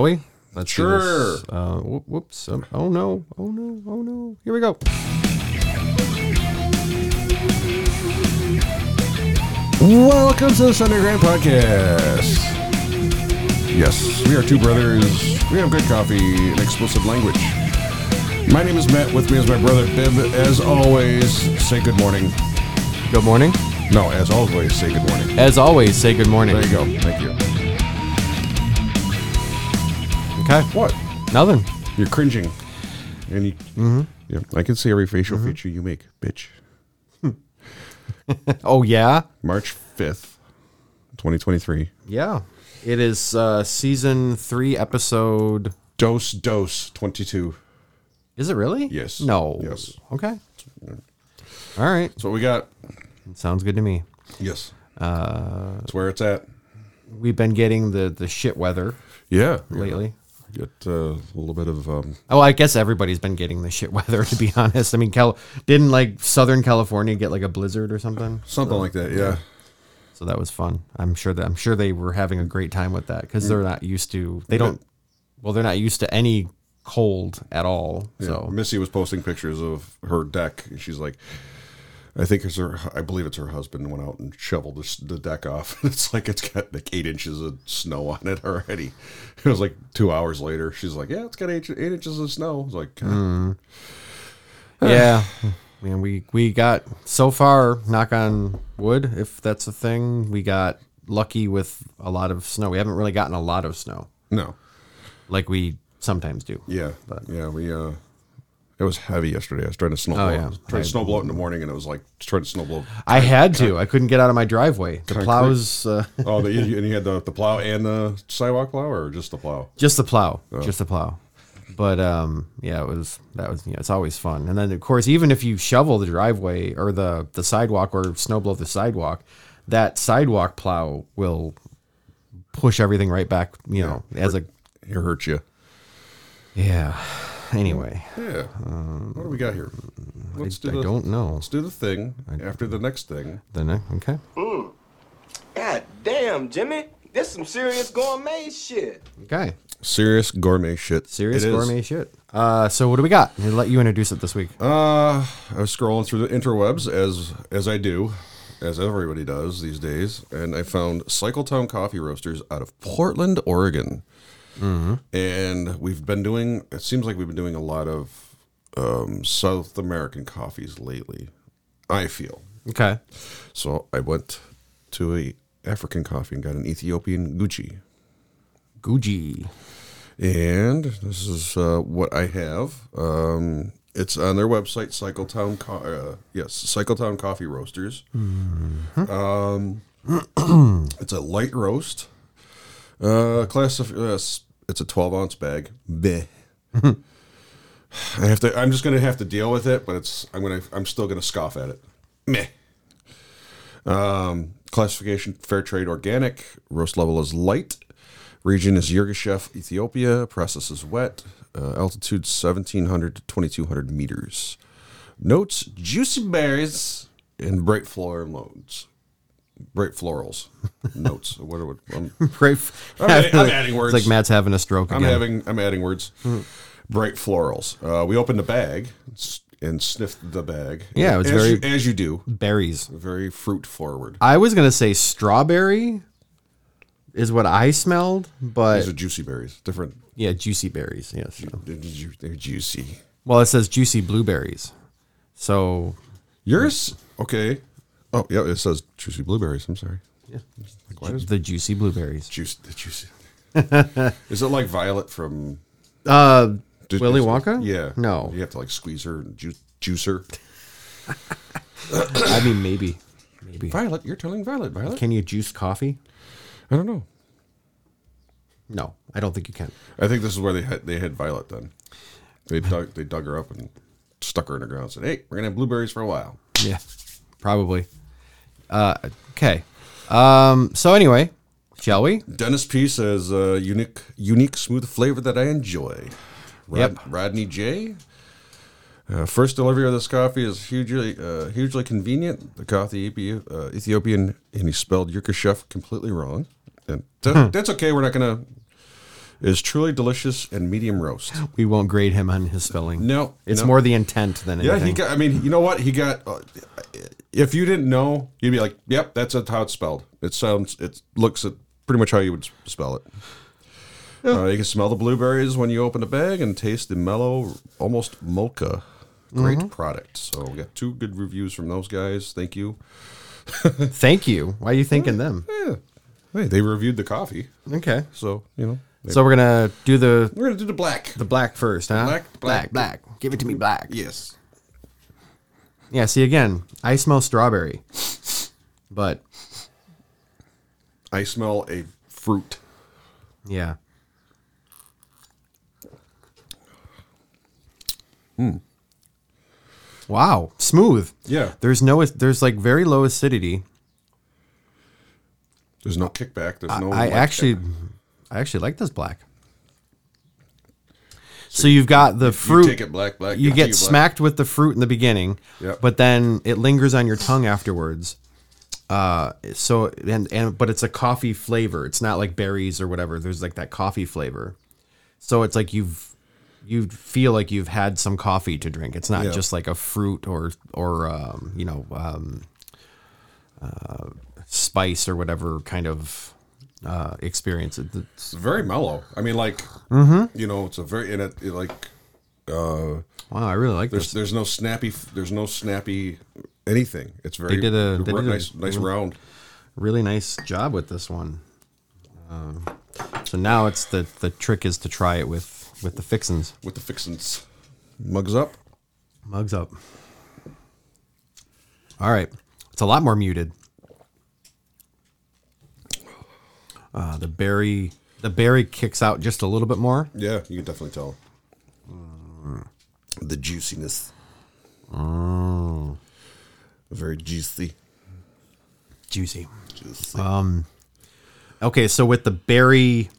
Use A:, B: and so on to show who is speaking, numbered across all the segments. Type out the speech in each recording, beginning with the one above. A: Shall we? Let's do this.
B: Sure.
A: Uh, whoop- whoops. Um, oh no. Oh no. Oh no. Here we go. Welcome to the Sunday Grand Podcast. Yes, we are two brothers. We have good coffee and explicit language.
B: My name is Matt. With me is my brother Bib. As always, say good morning.
A: Good morning.
B: No, as always, say good morning.
A: As always, say good morning.
B: There you go. Thank you.
A: Okay.
B: What?
A: Nothing.
B: You're cringing. And you, yeah, I can see every facial feature you make, bitch.
A: Oh yeah.
B: March 5th, 2023.
A: Yeah. It is uh, season three, episode.
B: Dose, dose, 22.
A: Is it really?
B: Yes.
A: No.
B: Yes.
A: Okay. All right.
B: That's what we got.
A: Sounds good to me.
B: Yes. Uh, That's where it's at.
A: We've been getting the the shit weather
B: Yeah.
A: lately.
B: Get uh, a little bit of, um,
A: Oh, I guess everybody's been getting the shit weather. To be honest, I mean, Cal- didn't like Southern California get like a blizzard or something?
B: something like that. Yeah.
A: So that was fun. I'm sure that I'm sure they were having a great time with that because they're not used to they don't. Well, they're not used to any cold at all.
B: So
A: So
B: Missy was posting pictures of her deck, and she's like, "I think it's her. I believe it's her husband went out and shoveled this, the deck off. It's like it's got like eight inches of snow on it already. It was like two hours later. She's like, "Yeah, it's got eight, eight inches of snow." I was like, "God."
A: yeah, man, we we got so far. Knock on wood, if that's a thing. We got lucky with a lot of snow. We haven't really gotten a lot of snow
B: "No,
A: like we sometimes do.
B: yeah, yeah, we uh." It was heavy yesterday. I was trying to snow.
A: Oh,
B: blow.
A: yeah.
B: I was trying to snow blow it in the morning, and it was like trying to snow blow.
A: I had to. I couldn't get out of my driveway. The plows, uh,
B: Oh, the, and you had the, the plow and the sidewalk plow, or just the plow?
A: just the plow,
B: Oh.
A: just the plow. But um, yeah, it was that was you know, it's always fun. And then of course, even if you shovel the driveway or the the sidewalk or snow blow the sidewalk, that sidewalk plow will push everything right back. You know, as a
B: It hurt you.
A: yeah. Anyway,
B: Yeah. what do we got here? Let's do
A: I
B: the-
A: don't know.
B: Let's do the thing after the next thing.
A: Then I- okay,
C: God damn, Jimmy. This some serious gourmet shit.
A: okay,
B: Serious gourmet shit.
A: serious
B: It is.
A: gourmet shit. Uh, so what do we got? I'll let you introduce it this week.
B: Uh, I was scrolling through the interwebs as as I do, as everybody does these days, and I found Cycletown Coffee Roasters out of Portland, Oregon. Mm-hmm. And we've been doing. It seems like we've been doing a lot of um, South American coffees lately. I feel
A: Okay,
B: so. I went to a African coffee and got an Ethiopian Gucci.
A: Gucci.
B: And this is uh, what I have. Um, it's on their website, Cycletown. Co- uh, yes, Cycletown Coffee Roasters. Um, it's a light roast. Uh, class of uh, s- it's a twelve ounce bag. Bleh. I have to. I'm just gonna have to deal with it, but it's. I'm gonna. I'm still gonna scoff at it. Meh. Um, classification: fair trade, organic. Roast level is light. Region is Yirgacheffe, Ethiopia. Process is wet. Uh, altitude 1700 to 2200 meters. Notes: juicy berries and bright floral notes. Bright florals notes. What are I'm,
A: Right. f-
B: I'm adding- I'm
A: It's
B: adding words.
A: like Matt's having a stroke
B: I'm
A: again.
B: having I'm adding words. Bright florals. Uh, we opened the bag s- and sniffed the bag.
A: Yeah, it was
B: as
A: very-
B: you, as you do.
A: berries.
B: Very fruit forward.
A: I was gonna say strawberry is what I smelled, but
B: These are juicy berries. Different.
A: yeah, juicy berries. Yes.
B: They're ju- they're juicy.
A: Well, it says juicy blueberries, so
B: Yours? Okay. Oh, yeah, it says juicy blueberries. I'm sorry. Why does-
A: the juicy blueberries.
B: Juice, the juicy. Is it like Violet from
A: Uh,
B: did-
A: Willy
B: is-
A: Wonka?
B: Yeah.
A: No.
B: You have to like squeeze her and ju- juice her.
A: I mean maybe, maybe.
B: Violet, you're telling Violet, Violet?
A: Can you juice coffee?
B: I don't know.
A: No, I don't think you can.
B: I think this is where they had they had Violet then. They dug they dug her up and stuck her in the ground and said, Hey, we're gonna have blueberries for a while.
A: Yeah, probably. Uh, okay. Um. So anyway, shall we?
B: Dennis P says uh, unique unique smooth flavor that I enjoy. Rod-
A: Yep.
B: Rodney J. Uh, first delivery of this coffee is hugely uh, hugely convenient. The coffee Ethi- uh, Ethiopian and he spelled Yerkeshev completely wrong, and that- that's okay. We're not gonna is truly delicious and medium roast.
A: We won't grade him on his spelling.
B: No,
A: it's
B: no.
A: more the intent than
B: Yeah,
A: anything.
B: he got. I mean, you know what? He got. Uh, if you didn't know, you'd be like, "Yep, that's how it's spelled." It sounds. It looks at pretty much how you would spell it. Uh, you can smell the blueberries when you open the bag and taste the mellow, almost mocha. Great
A: Mm-hmm.
B: product. So we got two good reviews from those guys. Thank you.
A: Thank you. Why are you thanking them?
B: Yeah. Hey, they reviewed the coffee,
A: Okay.
B: so you know. they-
A: So we're gonna do the
B: we're gonna do the black.
A: the black first, huh?
B: Black, black.
A: black. Give it to me, black.
B: yes.
A: Yeah. See again, I smell strawberry, but
B: I smell a fruit.
A: yeah,
B: Hmm.
A: wow, smooth.
B: Yeah.
A: There's no, there's like very low acidity.
B: There's no kickback. There's no.
A: I
B: Oh, like,
A: actually, I actually like this black. So you've got the fruit.
B: You take it black, black.
A: you
B: give it to
A: get
B: black.
A: smacked with the fruit in the beginning,
B: Yep.
A: but then it lingers on your tongue afterwards. Uh, so and and but it's a coffee flavor. It's not like berries or whatever. There's like that coffee flavor. So it's like you've you feel like you've had some coffee to drink. It's not
B: Yeah.
A: just like a fruit or or um, you know um, uh, spice or whatever kind of uh, experience. It- It's,
B: It's very mellow. I mean, like
A: Mm-hmm.
B: you know, it's a very and it, it like
A: wow, I really like
B: there's
A: this.
B: there's no snappy there's no snappy anything. It's very
A: They did a- they
B: ro-
A: did a-
B: nice nice round.
A: really nice job with this one. Um, so now it's the the trick is to try it with with the fixins.
B: with the fixins. Mugs up.
A: Mugs up. All right, it's a lot more muted. Uh, the berry the berry kicks out just a little bit more.
B: Yeah, you can definitely tell the juiciness.
A: Mm.
B: Very juicy.
A: Juicy.
B: juicy.
A: Uh, Okay, so with the berry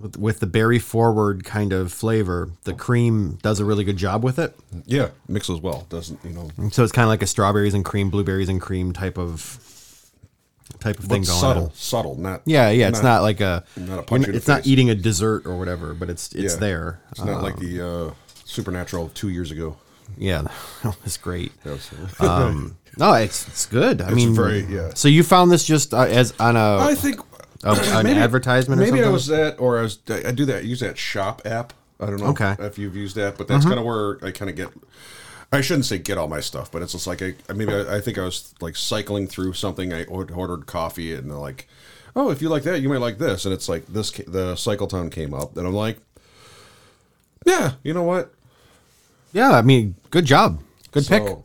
A: with, with the berry forward kind of flavor, the cream does a really good job with it.
B: yeah, mixes well. Doesn't you know?
A: So it's kind of like a strawberries and cream, blueberries and cream type of type of thing
B: But
A: going
B: subtle,
A: on.
B: subtle. Not
A: Yeah, yeah. It's not like a.
B: not a
A: you're
B: punch
A: n-
B: in the
A: it's not
B: face.
A: eating a dessert or whatever, but it's it's
B: yeah.
A: there.
B: It's not like the uh, supernatural two years ago.
A: Yeah, that was great.
B: That was-
A: No, it's it's good. I mean,
B: very- yeah.
A: So you found this just uh, as on a
B: I think
A: a- an advertisement or
B: Maybe I
A: something?
B: was that, or I was. I do that. Use that shop app. I don't know
A: Okay. Mm-hmm.
B: if you've used that, but that's kind of where I kind of get. I shouldn't say get all my stuff, but it's just like I, I maybe I, I think I was like cycling through something. I or- ordered coffee, and they're like, "Oh, if you like that, you might like this." And it's like this. ca- The Cycle Town came up, and I'm like, "Yeah, you know what?
A: yeah. I mean, good job, good pick.
B: So,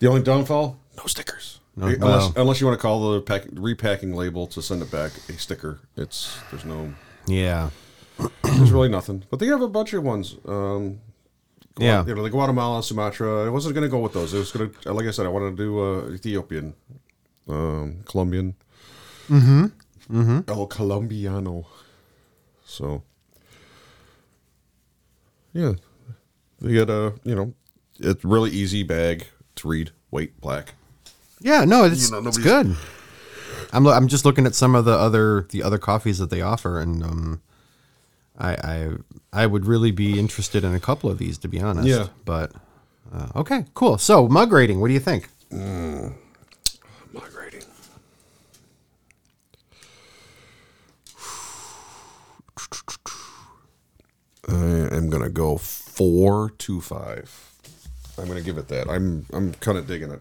B: The only downfall: no stickers. unless,
A: wow.
B: unless you want to call the pack, repacking label to send it back a sticker. It's there's no
A: Yeah,
B: there's really nothing. But they have a bunch of ones. Um,
A: yeah.
B: you know, like Guatemala, Sumatra. I wasn't gonna go with those. I was gonna, like I said, I wanted to do uh, Ethiopian, um, Colombian, mm-hmm, mm-hmm, El Colombiano. So, yeah, they get a you know, it's really easy bag to read. White, black.
A: Yeah, no, it's,
B: know,
A: it's good.
B: nobody's-
A: I'm lo- I'm just looking at some of the other the other coffees that they offer, and um, I I I would really be interested in a couple of these to be honest.
B: Yeah.
A: but uh, okay, cool. So mug rating, what do you think?
B: My rating. I am gonna go four to five. I'm gonna give it that. I'm I'm kind of digging it.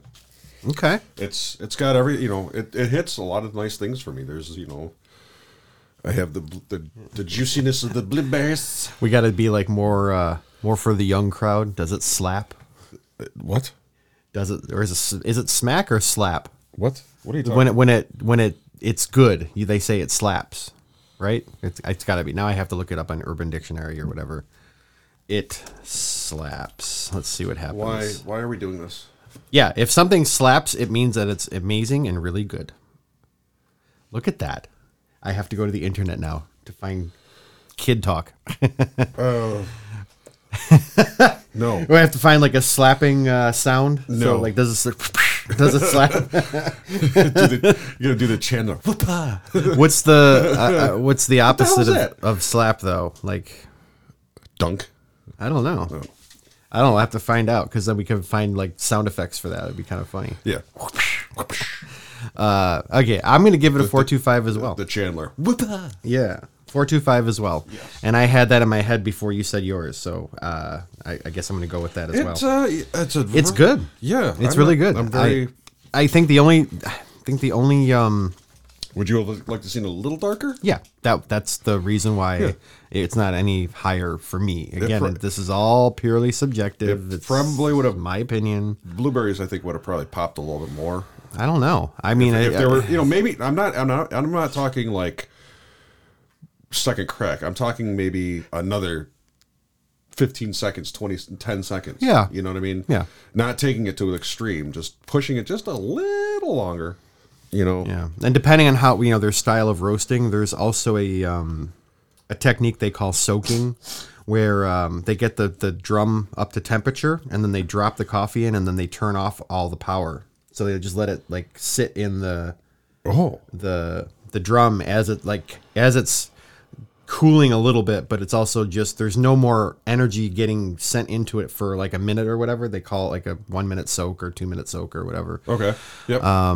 A: Okay,
B: It's it's got every you know it, it hits a lot of nice things for me. There's you know, I have the bl- the, the juiciness of the blueberries.
A: we got to be like more uh, more for the young crowd. Does it slap?
B: What?
A: Does it or is it s- is it smack or slap?
B: What? What are you talking?
A: When it when it when it it's good, you, they say it slaps, right? It's it's got to be. Now I have to look it up on Urban Dictionary or whatever. It slaps. Let's see what happens.
B: why why are we doing this?
A: Yeah, if something slaps, it means that it's amazing and really good. Look at that. I have to go to the internet now to find kid talk.
B: No.
A: I have to find like a slapping uh, sound. So
B: No.
A: like does this Does it slap?
B: do the, you gotta do the Chandler. Whoop-ah.
A: what's the uh, uh, what's the
B: hell's
A: opposite
B: that?
A: of, of slap though? Like
B: Dunk.
A: I don't know.
B: Oh.
A: I don't know, I have to find out because then we can find like sound effects for that. It'd be kind of funny.
B: Yeah.
A: Uh, okay, I'm gonna give it a four two five as well.
B: The Chandler.
A: Yeah, four two five as well. And I had that in my head before you said yours, so uh, I, I guess I'm gonna go with that as well.
B: It's uh, it's a.
A: It's good.
B: Yeah,
A: it's
B: I'm
A: really
B: not-
A: good.
B: I'm very.
A: I, I think the only, I think the only, um,
B: would you have liked to seen a little darker?
A: yeah, that that's the reason why it's not any higher for me. Again,
B: pro-
A: this is all purely subjective.
B: It
A: it's
B: probably would have-
A: my opinion.
B: Blueberries, I think, would have probably popped a little bit more.
A: I don't know. I mean,
B: If
A: I,
B: there were, you know, maybe I'm not. I'm not. I'm not talking like second crack. I'm talking maybe another. 15 seconds 20 10 seconds
A: Yeah.
B: you know what i mean
A: Yeah.
B: not taking it to an extreme just pushing it just a little longer you know
A: Yeah, and depending on how you know their style of roasting, there's also a um, a technique they call soaking, where um, they get the the drum up to temperature, and then they drop the coffee in, and then they turn off all the power, so they just let it like sit in the
B: oh
A: the the drum as it like as it's cooling a little bit but it's also just there's no more energy getting sent into it for like a minute or whatever they call it like a one minute soak or two minute soak or whatever
B: okay yep
A: Uh,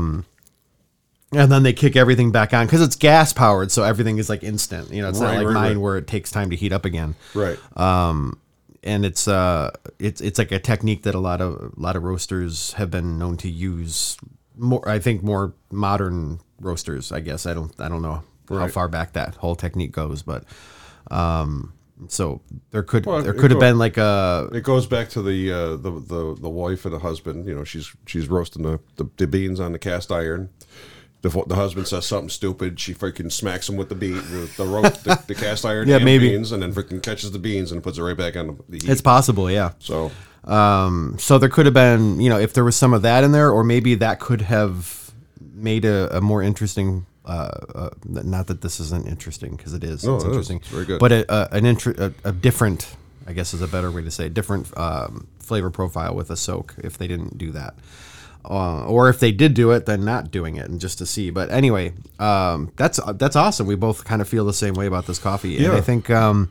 A: and then they kick everything back on because it's gas powered, so everything is like instant. You know, it's
B: Right,
A: not like
B: right,
A: mine
B: right.
A: where it takes time to heat up again.
B: right
A: And it's uh, it's it's like a technique that a lot of a lot of roasters have been known to use. More, I think, more modern roasters. I guess I don't I don't know how
B: Right.
A: far back that whole technique goes, but um, so there could
B: Well,
A: there
B: it
A: could have
B: go-
A: been like a
B: It goes back to the uh, the the the wife and the husband. You know, she's she's roasting the, the, the beans on the cast iron. The, fu- the husband says something stupid. She freaking smacks him with the bean, with the rope, the, the cast iron,
A: Yeah,
B: and
A: maybe.
B: beans, and then freaking catches the beans and puts it right back on the. the heat.
A: it's possible, yeah.
B: so
A: Um, so there could have been you know if there was some of that in there or maybe that could have made a, a more interesting uh, uh, not that this isn't interesting because it is
B: No,
A: it's
B: it is.
A: interesting
B: It's very good.
A: but a, a, an inter- a, a different i guess is a better way to say it, different um, flavor profile with a soak if they didn't do that uh, or if they did do it then not doing it and just to see but anyway um, that's that's awesome we both kind of feel the same way about this coffee and i
B: Yeah.
A: think um,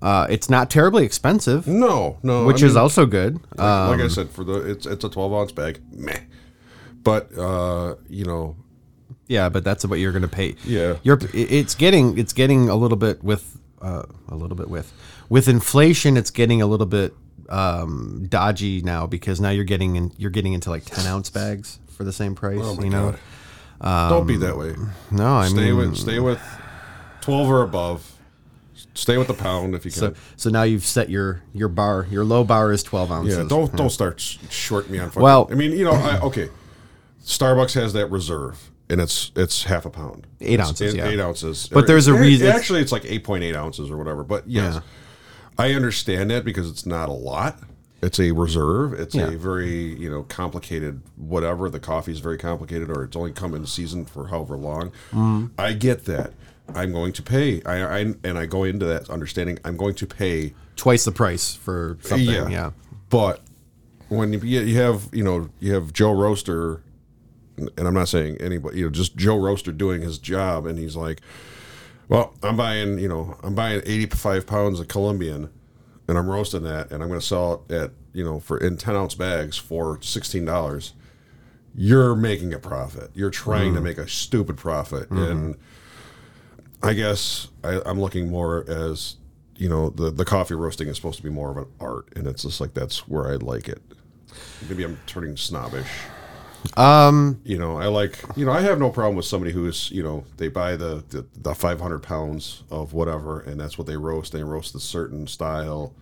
A: uh, it's not terribly expensive
B: no, no, I
A: which is um,
B: mean,
A: also good
B: like, like I said for the it's it's a twelve ounce bag, meh. But uh, you know,
A: Yeah, but that's what you're going to pay.
B: Yeah.
A: you're i- it's getting it's getting a little bit with uh, a little bit with with inflation. It's getting a little bit um, dodgy now because now you're getting in, you're getting into like ten ounce bags for the same price.
B: oh my
A: you know,
B: god, don't be that way.
A: no, I
B: Stay
A: mean,
B: with stay with twelve or above. Stay with the pound if you can.
A: so, so now you've set your your bar your low bar is twelve ounces.
B: Yeah, don't don't start sh- shorting me on. Fucking,
A: Well-
B: I mean, you know, I, okay. Starbucks has that reserve, and it's it's half a pound,
A: Eight
B: It's
A: ounces,
B: eight,
A: yeah.
B: eight ounces.
A: But there's a
B: Eh,
A: reason-
B: Actually, it's like eight point eight ounces or whatever. But yes,
A: Yeah.
B: I understand that because it's not a lot. It's a reserve. It's
A: Yeah.
B: a very you know complicated whatever. The coffee's very complicated, or it's only come in season for however long.
A: Mm.
B: I get that. I'm going to pay. I, I and I go into that understanding. I'm going to pay
A: twice the price for something. Yeah, yeah.
B: but when you, you have you know you have Joe Roaster, and I'm not saying anybody you know just Joe Roaster doing his job, and he's like, well, I'm buying you know I'm buying 85 pounds of Colombian, and I'm roasting that, and I'm going to sell it at you know for in 10 ounce bags for 16 dollars. You're making a profit. You're trying
A: Mm-hmm.
B: to make a stupid profit, and I guess I, I'm looking more as you know the the coffee roasting is supposed to be more of an art, and it's just like that's where I like it. Maybe I'm turning snobbish. Um, you know, I like you know I have no problem with somebody who is you know they buy the the, the 500 pounds of whatever, and that's what they roast. They roast a certain style.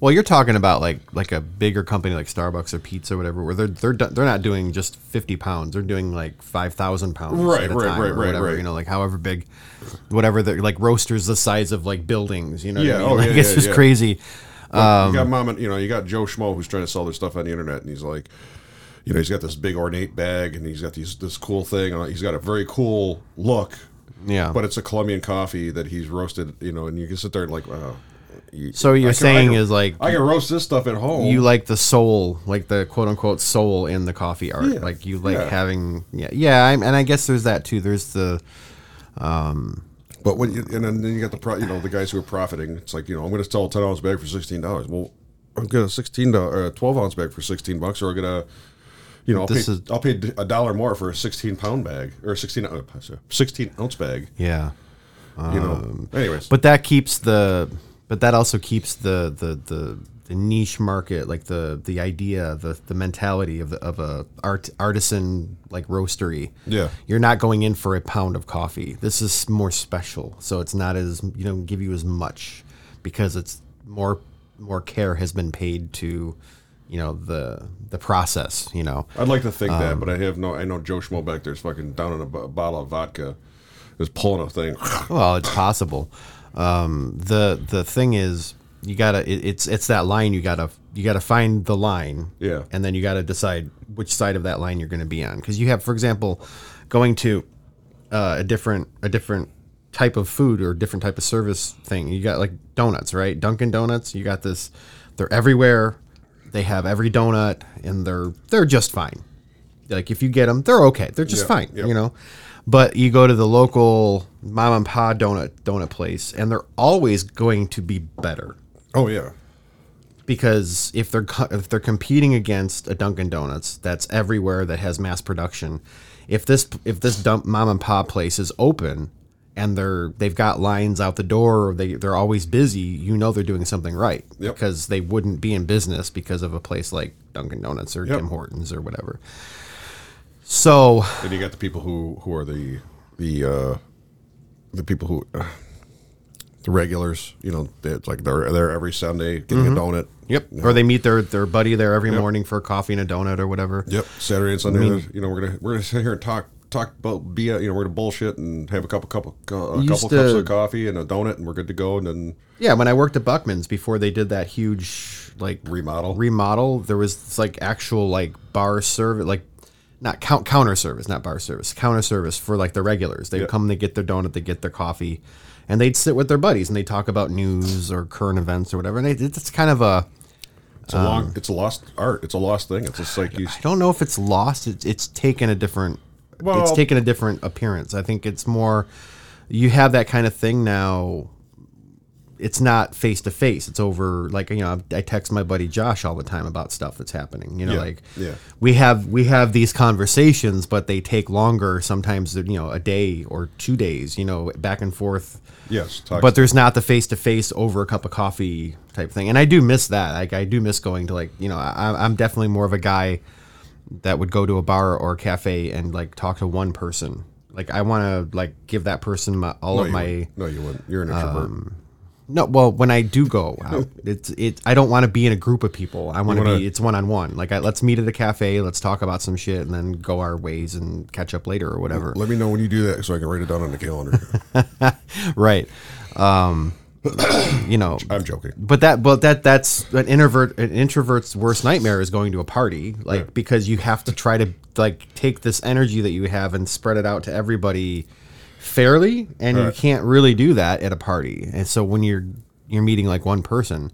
A: Well, you're talking about like like a bigger company like Starbucks or Pizza or whatever, where they're they're do- they're not doing just fifty pounds; they're doing like five thousand pounds,
B: Right,
A: at a
B: right,
A: time
B: right,
A: or
B: right,
A: whatever,
B: right.
A: You know, like however big, whatever. They're like roasters the size of like buildings. You know, what I
B: Yeah,
A: mean?
B: oh,
A: like,
B: yeah,
A: it's
B: yeah,
A: just
B: yeah.
A: crazy.
B: you got mom and you know you got Joe Schmo who's trying to sell their stuff on the internet, and he's like, you know, he's got this big ornate bag, and he's got these this cool thing. on He's got a very cool look,
A: Yeah,
B: but it's a Colombian coffee that he's roasted, you know, and you can sit there and like, wow, You-
A: So you're
B: I can- I
A: saying
B: can-
A: is like
B: I can roast this stuff at home.
A: you like the soul, like the quote unquote soul in the coffee art. Like you like
B: yeah.
A: having, yeah, yeah. I, and I guess there's that too. There's the
B: But when you, and then you got the pro, you know the guys who are profiting. It's like you know I'm going to sell a ten ounce bag for sixteen dollars. Well, I'm going to sixteen dollar uh, twelve ounce bag for sixteen bucks, or I'm going to you know I'll
A: This
B: pay,
A: is-
B: I'll pay a dollar more for a sixteen pound bag or a sixteen uh, sorry, sixteen ounce bag.
A: yeah,
B: You know. Anyways,
A: Um, but that keeps the, but that also keeps the the the, the niche market, like the the idea, the the mentality of the, of a art artisan like roastery.
B: Yeah.
A: you're not going in for a pound of coffee. This is more special, so it's not as you know give you as much because it's more more care has been paid to you know the the process you know
B: I'd like to think
A: um,
B: that, but I have no. I know Joe Schmo back there's fucking down in a bo- bottle of vodka, is pulling a thing.
A: Well, it's possible. Um, the the thing is, you gotta. It, it's it's that line. You gotta you gotta find the line.
B: Yeah.
A: And then you gotta decide which side of that line you're gonna be on. Because you have, for example, going to uh, a different a different type of food or different type of service thing. You got like donuts, right? Dunkin' Donuts. You got this. They're everywhere. They have every donut, and they're they're just fine. Like if you get them, they're okay. They're just
B: Yeah,
A: fine,
B: yeah.
A: you know. But you go to the local mom and pa donut donut place, and they're always going to be better
B: oh yeah,
A: because if they're co- if they're competing against a Dunkin' Donuts that's everywhere that has mass production, if this if this dump mom and pop place is open and they're they've got lines out the door, or they they're always busy. You know they're doing something right
B: Yep.
A: because they wouldn't be in business because of a place like Dunkin' Donuts or
B: Yep.
A: Tim Hortons or whatever. So
B: and you got the people who who are the the uh, the people who uh, the regulars. You know, they're, like they're there every Sunday getting
A: Mm-hmm.
B: a donut.
A: Yep. Or they meet their their buddy there every morning for a coffee and a donut or whatever.
B: Yep. Saturday and Sunday. you know, we're gonna we're gonna sit here and talk talk about be you know we're gonna bullshit and have a couple couple a
A: Used
B: couple cups
A: to-
B: of coffee and a donut and we're good to go and then
A: Yeah, when I worked at Buckman's before they did that huge like
B: Remodel.
A: remodel, there was this, like actual like bar service, like not count counter service, not bar service, counter service for like the regulars. They would come, they get their donut, they get their coffee, and they'd sit with their buddies and they talk about news or current events or whatever. And it, it's kind of a
B: it's a
A: Ah.
B: long it's a lost art. It's a lost thing. It's just like you.
A: I don't know if it's lost. It's it's taken a different. it's
B: Well-
A: taken a different appearance. I think it's more. You have that kind of thing now. It's not face to face. It's over. Like you know, I text my buddy Josh all the time about stuff that's happening. You know,
B: Yeah,
A: like
B: yeah.
A: we have we have these conversations, but they take longer. Sometimes you know, a day or two days. You know, back and forth
B: Yes. Talk
A: but there's not the face to face over a cup of coffee type thing. And I do miss that. Like I do miss going to like you know I, I'm definitely more of a guy that would go to a bar or a cafe and like talk to one person. Like I want to like give that person my, all
B: no,
A: of
B: you
A: my um,
B: wouldn't. no, you wouldn't. You're an introvert.
A: no. Well, when I do go out, it's it. I don't want to be in a group of people. I want to
B: wanna-
A: be. It's one on one. Like I, let's meet at a cafe. Let's talk about some shit and then go our ways and catch up later or whatever.
B: Let me know when you do that so I can write it down on the calendar.
A: right. Um, you know,
B: I'm joking.
A: but that but that that's an introvert an introvert's worst nightmare is going to a party like because you have to try to like take this energy that you have and spread it out to everybody fairly and you
B: Right.
A: can't really do that at a party and so when you're you're meeting like one person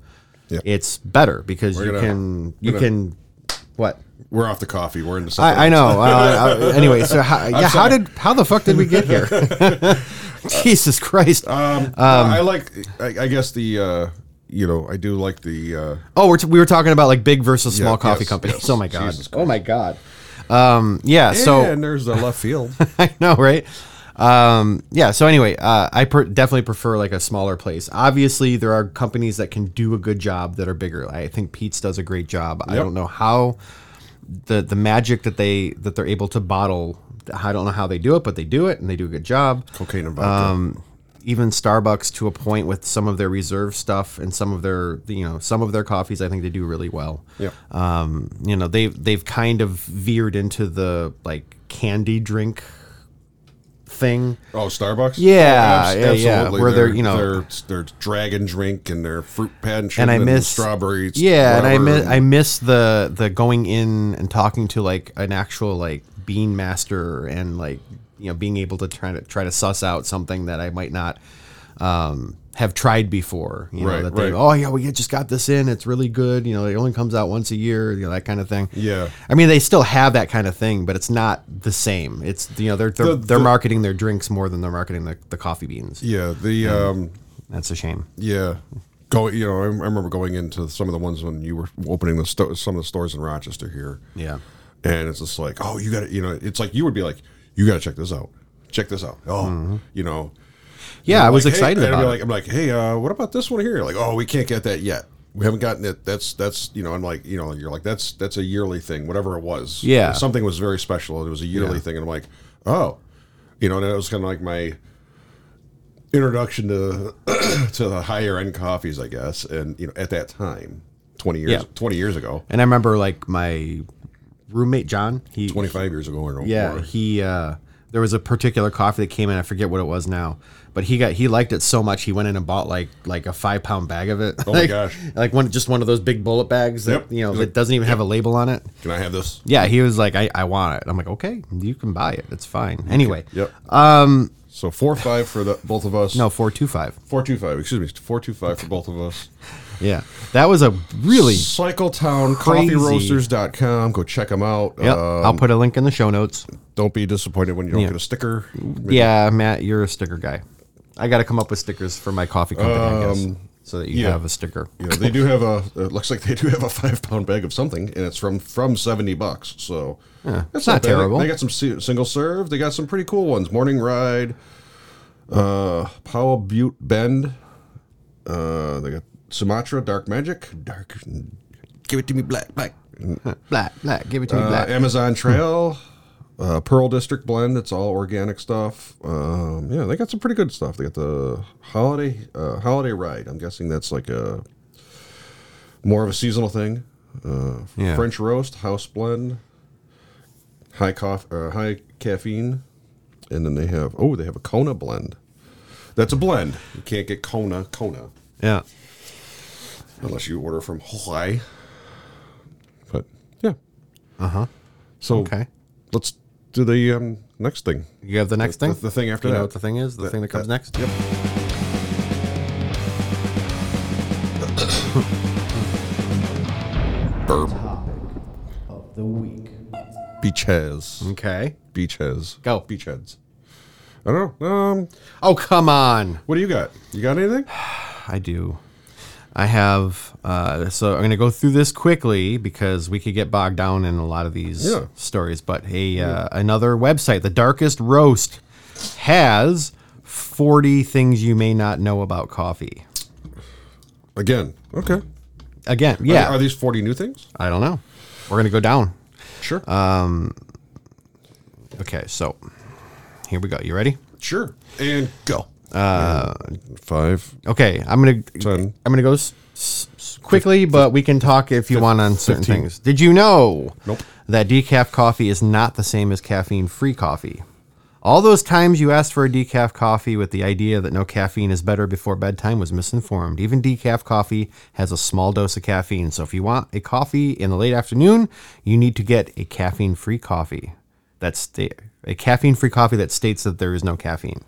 B: Yeah.
A: it's better because you
B: gonna-
A: can you
B: gonna-
A: can what
B: We're off the coffee. We're into something.
A: I, I know. Uh, I- anyway, so how, yeah, how
B: sorry.
A: did how the fuck did we get here? Jesus Christ!
B: Um, I like. I, I guess the. Uh, you know, I do like the. Uh,
A: Oh, we're t- we were talking about like big versus small
B: Yeah,
A: coffee
B: yes,
A: companies.
B: yes.
A: Oh my god.
B: Jesus
A: Oh my god. Um, yeah. So
B: and there's the left field.
A: I know, right? Um, yeah. So anyway, uh, I per- definitely prefer like a smaller place. Obviously, there are companies that can do a good job that are bigger. I think Pete's does a great job. I
B: Yep.
A: don't know how the the magic that they that they're able to bottle. I don't know how they do it, but they do it and they do a good job
B: Cocaine and vodka.
A: Um, even Starbucks to a point with some of their reserve stuff and some of their you know some of their coffees I think they do really well.
B: Yep.
A: Um, you know they they've kind of veered into the like candy drink thing.
B: oh, Starbucks.
A: yeah, yeah,
B: Abs-
A: yeah.
B: absolutely.
A: Where they're,
B: Their-
A: you know-
B: their their dragon drink and their fruit pan.
A: And I miss
B: strawberries.
A: Yeah, and I miss I miss the the going in and talking to like an actual like bean master and like you know being able to try to try to suss out something that I might not um, have tried before. You know,
B: Right,
A: that they
B: right.
A: oh yeah, we just got this in. It's really good. You know, it only comes out once a year. You know, that kind of thing.
B: Yeah.
A: I mean, they still have that kind of thing, but it's not the same. It's you know they're they're,
B: The-
A: they're
B: the-
A: marketing their drinks more than they're marketing the, the coffee beans.
B: Yeah, the um,
A: That's a shame.
B: yeah, go. You know, I, I remember going into some of the ones when you were opening the sto- some of the stores in Rochester here.
A: Yeah.
B: and it's just like, oh, you got to, you know, it's like you would be like, you got to check this out, check this out. Oh,
A: Mm-hmm.
B: you know,
A: Yeah, I was
B: like, hey,
A: excited
B: and I'd be
A: about it.
B: like, I'm like, hey, uh, what about this one here? Like, oh, we can't get that yet. We haven't gotten it. That's that's you know, I'm like, you know, you're like, that's that's a yearly thing, whatever it was.
A: Yeah.
B: something was very special. and It was a yearly thing, and I'm like, oh, you know, and that was kind of like my introduction to to the higher end coffees, I guess, and you know, at that time, twenty years,
A: Yeah.
B: twenty years ago,
A: And I remember like my roommate John. He
B: twenty five years ago, or
A: yeah
B: more.
A: he uh, there was a particular coffee that came in. I forget what it was now, but he got he liked it so much he went in and bought like like a five pound bag of it.
B: Oh my
A: Like-
B: gosh.
A: Like one just one of those big bullet bags that
B: Yep.
A: you know
B: He's
A: that
B: like,
A: doesn't even have a label on it.
B: Can I have this?
A: Yeah, he was like, I, I want it. I'm like, okay, you can buy it. It's fine. Anyway,
B: Yep. Um. So four five for the both of us.
A: no four two five.
B: four two five. Excuse me, four two five for both of us.
A: Yeah, that was a really. Crazy.
B: CycletownCoffeeRoasters.com. Go check them out.
A: Yep,
B: Uh,
A: I'll put a link in the show notes.
B: don't be disappointed when you don't
A: Yeah.
B: get a sticker.
A: Yeah, Matt, you're a sticker guy. I got to come up with stickers for my coffee company, I guess, so that you
B: Um, yeah.
A: have a sticker.
B: You know, they do have a. uh, It looks like they do have a five pound bag of something, and it's from from seventy bucks. So that's
A: it's not
B: bad.
A: terrible.
B: They got some si- single serve. They got some pretty cool ones. Morning Ride, uh, Powell Butte Bend. Uh, they got Sumatra Dark Magic. Dark, give it to me black black.
A: Black, black, give it to me,
B: Uh,
A: black.
B: Amazon Trail, uh, Pearl District Blend. It's all organic stuff. Um, yeah, they got some pretty good stuff. They got the holiday uh, holiday ride. I'm guessing that's like a more of a seasonal thing. Uh,
A: Yeah.
B: French roast, house blend, high coff, uh, high caffeine, and then they have oh they have a Kona blend. That's a blend. You can't get Kona Kona
A: yeah,
B: unless you order from Hawaii. But yeah. Uh huh. So
A: Uh-huh. okay.
B: let's do the um, next thing.
A: You have the next thing.
B: The, the thing after
A: you
B: that.
A: know what the thing is? The thing that comes next.
B: Yep. Burp.
D: of the week.
A: Hmm?
B: Beachheads.
A: Okay.
B: Beachheads.
A: Go.
B: Beachheads. I don't know. Um,
A: Oh come on!
B: what do you got? You got anything?
A: I do. I have. Uh, so I'm going to go through this quickly because we could get bogged down in a lot of these
B: Yeah.
A: stories. But a uh, another website, The Darkest Roast, has 40 things you may not know about coffee.
B: Again. Okay.
A: Again, yeah,
B: Are, are these 40 new things?
A: I don't know. We're going to go down.
B: Sure.
A: Uh, Okay, so here we go. You ready?
B: sure. And go. Uh, Five,
A: Okay, I'm gonna
B: Ten.
A: I'm gonna go s- s- s- quickly, but we can talk if you want on certain things. Did you know
B: Nope.
A: that decaf coffee is not the same as caffeine-free coffee? All those times you asked for a decaf coffee with the idea that no caffeine is better before bedtime was misinformed. Even decaf coffee has a small dose of caffeine, so if you want a coffee in the late afternoon, you need to get a caffeine-free coffee. That's the a caffeine-free coffee that states that there is no caffeine.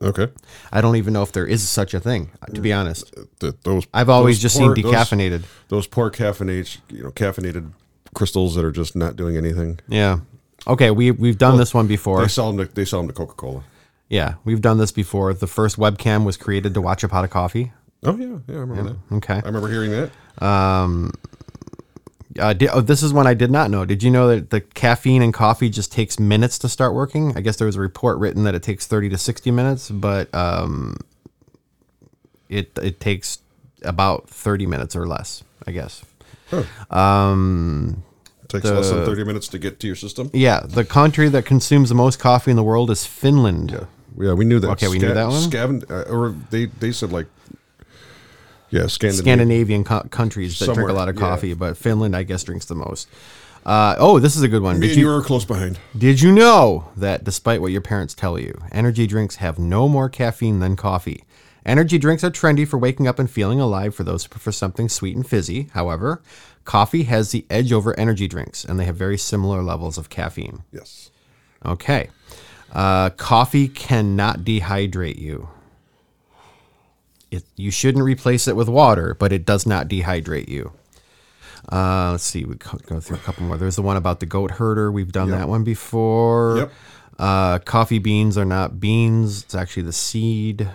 B: Okay.
A: I don't even know if there is such a thing, to be honest.
B: Th- those
A: I've always
B: those
A: just seen
B: those-
A: decaffeinated.
B: Those, poor caffeinate, you know, caffeinated crystals that are just not doing anything.
A: Yeah. Okay, we we've done this one before.
B: They sell them. To, they sell them to Coca Cola.
A: Yeah, we've done this before. The first webcam was created to watch a pot of coffee.
B: Oh yeah, yeah, I remember that.
A: Okay.
B: I remember hearing that.
A: Uh, di- oh, this is one I did not know. Did you know that the caffeine in coffee just takes minutes to start working? I guess there was a report written that it takes thirty to sixty minutes, but um, it it takes about thirty minutes or less. I guess.
B: It takes less than thirty minutes to get to your system.
A: Yeah, the country that consumes the most coffee in the world is Finland.
B: Yeah, we knew that.
A: Okay, we knew that one?
B: Scaven, uh, or they they said like, yeah, Scandinavian.
A: Scandinavian co- countries that drink
B: Somewhere,
A: a lot of
B: yeah.
A: coffee, but Finland, I guess, drinks the most. Uh, oh, this is a good one.
B: Me
A: Did
B: and you
A: you,
B: were close behind.
A: did you know that despite what your parents tell you, energy drinks have no more caffeine than coffee? Energy drinks are trendy for waking up and feeling alive for those who prefer something sweet and fizzy. However, coffee has the edge over energy drinks, and they have very similar levels of caffeine.
B: Yes.
A: Okay. Uh, coffee cannot dehydrate you. it, you shouldn't replace it with water, but it does not dehydrate you. Uh, let's see, we co- go through a couple more. There's the one about the goat herder. We've done that one before.
B: Yep.
A: Uh, coffee beans are not beans. It's actually the seed.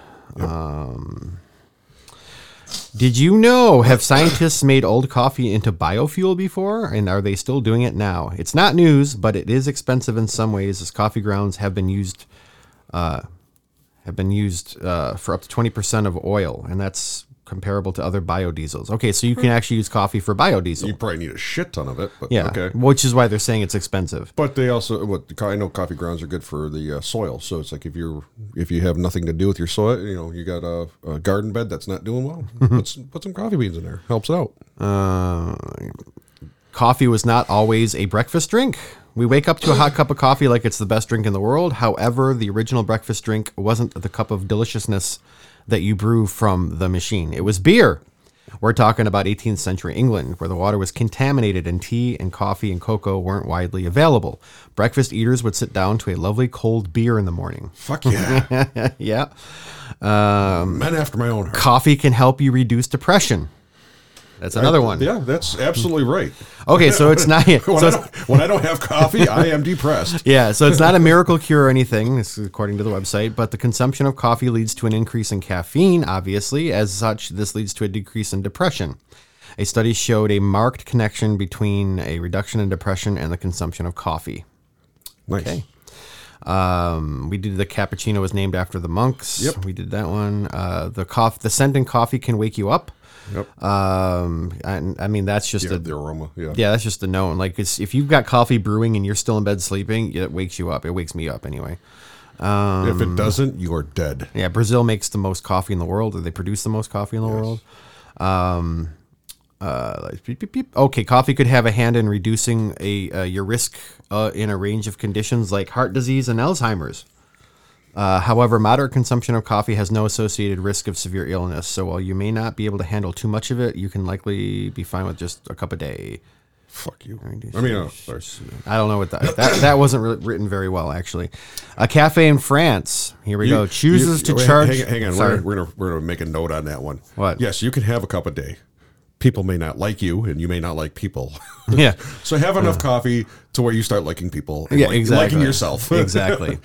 A: Did you know? Have scientists made old coffee into biofuel before? And are they still doing it now? It's not news, but it is expensive in some ways, as coffee grounds have been used, uh, have been used uh, for up to twenty percent of oil, and that's comparable to other biodiesels. Okay, so you can actually use coffee for biodiesel.
B: Hmm. You probably need a shit ton of it, but
A: yeah,
B: okay.
A: which is why they're saying it's expensive.
B: But they also, what the co- I know, coffee grounds are good for the uh, soil. So it's like if you're if you have nothing to do with your soil, you know, you got a, a garden bed that's not doing well. put, some, put some coffee beans in there, helps out.
A: Coffee was not always a breakfast drink. We wake up to a hot cup of coffee like it's the best drink in the world. However, the original breakfast drink wasn't the cup of deliciousness that you brew from the machine. It was beer. We're talking about 18th century England, where the water was contaminated and tea and coffee and cocoa weren't widely available. Breakfast eaters would sit down to a lovely cold beer in the morning.
B: Fuck yeah,
A: yeah.
B: men after my own heart.
A: Coffee can help you reduce depression. That's another one.
B: Yeah, that's absolutely right.
A: Okay, so it's not. so
B: When, I,
A: it's-
B: don't, when I don't have coffee, I am depressed.
A: Yeah, so it's not a miracle cure or anything, this is according to the website, but the consumption of coffee leads to an increase in caffeine, obviously. As such, this leads to a decrease in depression. A study showed a marked connection between a reduction in depression and the consumption of coffee.
B: Nice.
A: Um, we did the cappuccino was named after the monks.
B: Yep.
A: We did that one. Uh, the cough, the scent in coffee can wake you up.
B: Yep.
A: Um, and I mean that's just
B: yeah,
A: a
B: the aroma. Yeah.
A: yeah, that's just a known. Like, it's, if you've got coffee brewing and you're still in bed sleeping, it wakes you up. It wakes me up anyway.
B: if
A: Um,
B: it doesn't, you're dead.
A: Yeah, Brazil makes the most coffee in the world, or they produce the most coffee in the world. Um, uh, like, beep, beep, beep. Okay, coffee could have a hand in reducing a uh, your risk uh, in a range of conditions like heart disease and Alzheimer's. Uh, however, moderate consumption of coffee has no associated risk of severe illness. So while you may not be able to handle too much of it, you can likely be fine with just a cup a day.
B: Fuck you. I mean, uh, sorry.
A: I don't know what that that, that wasn't really written very well actually. A cafe in France. Here we go.
B: You-
A: Chooses
B: you-
A: to
B: wait,
A: charge.
B: Hang, hang on,
A: Sorry.
B: we're, we're gonna we're gonna make a note on that one.
A: What?
B: Yes, you can have a cup a day. People may not like you, and you may not like people.
A: yeah.
B: so have enough coffee to where you start liking people. And
A: Uh. Yeah,
B: like-
A: exactly.
B: Liking yourself.
A: exactly.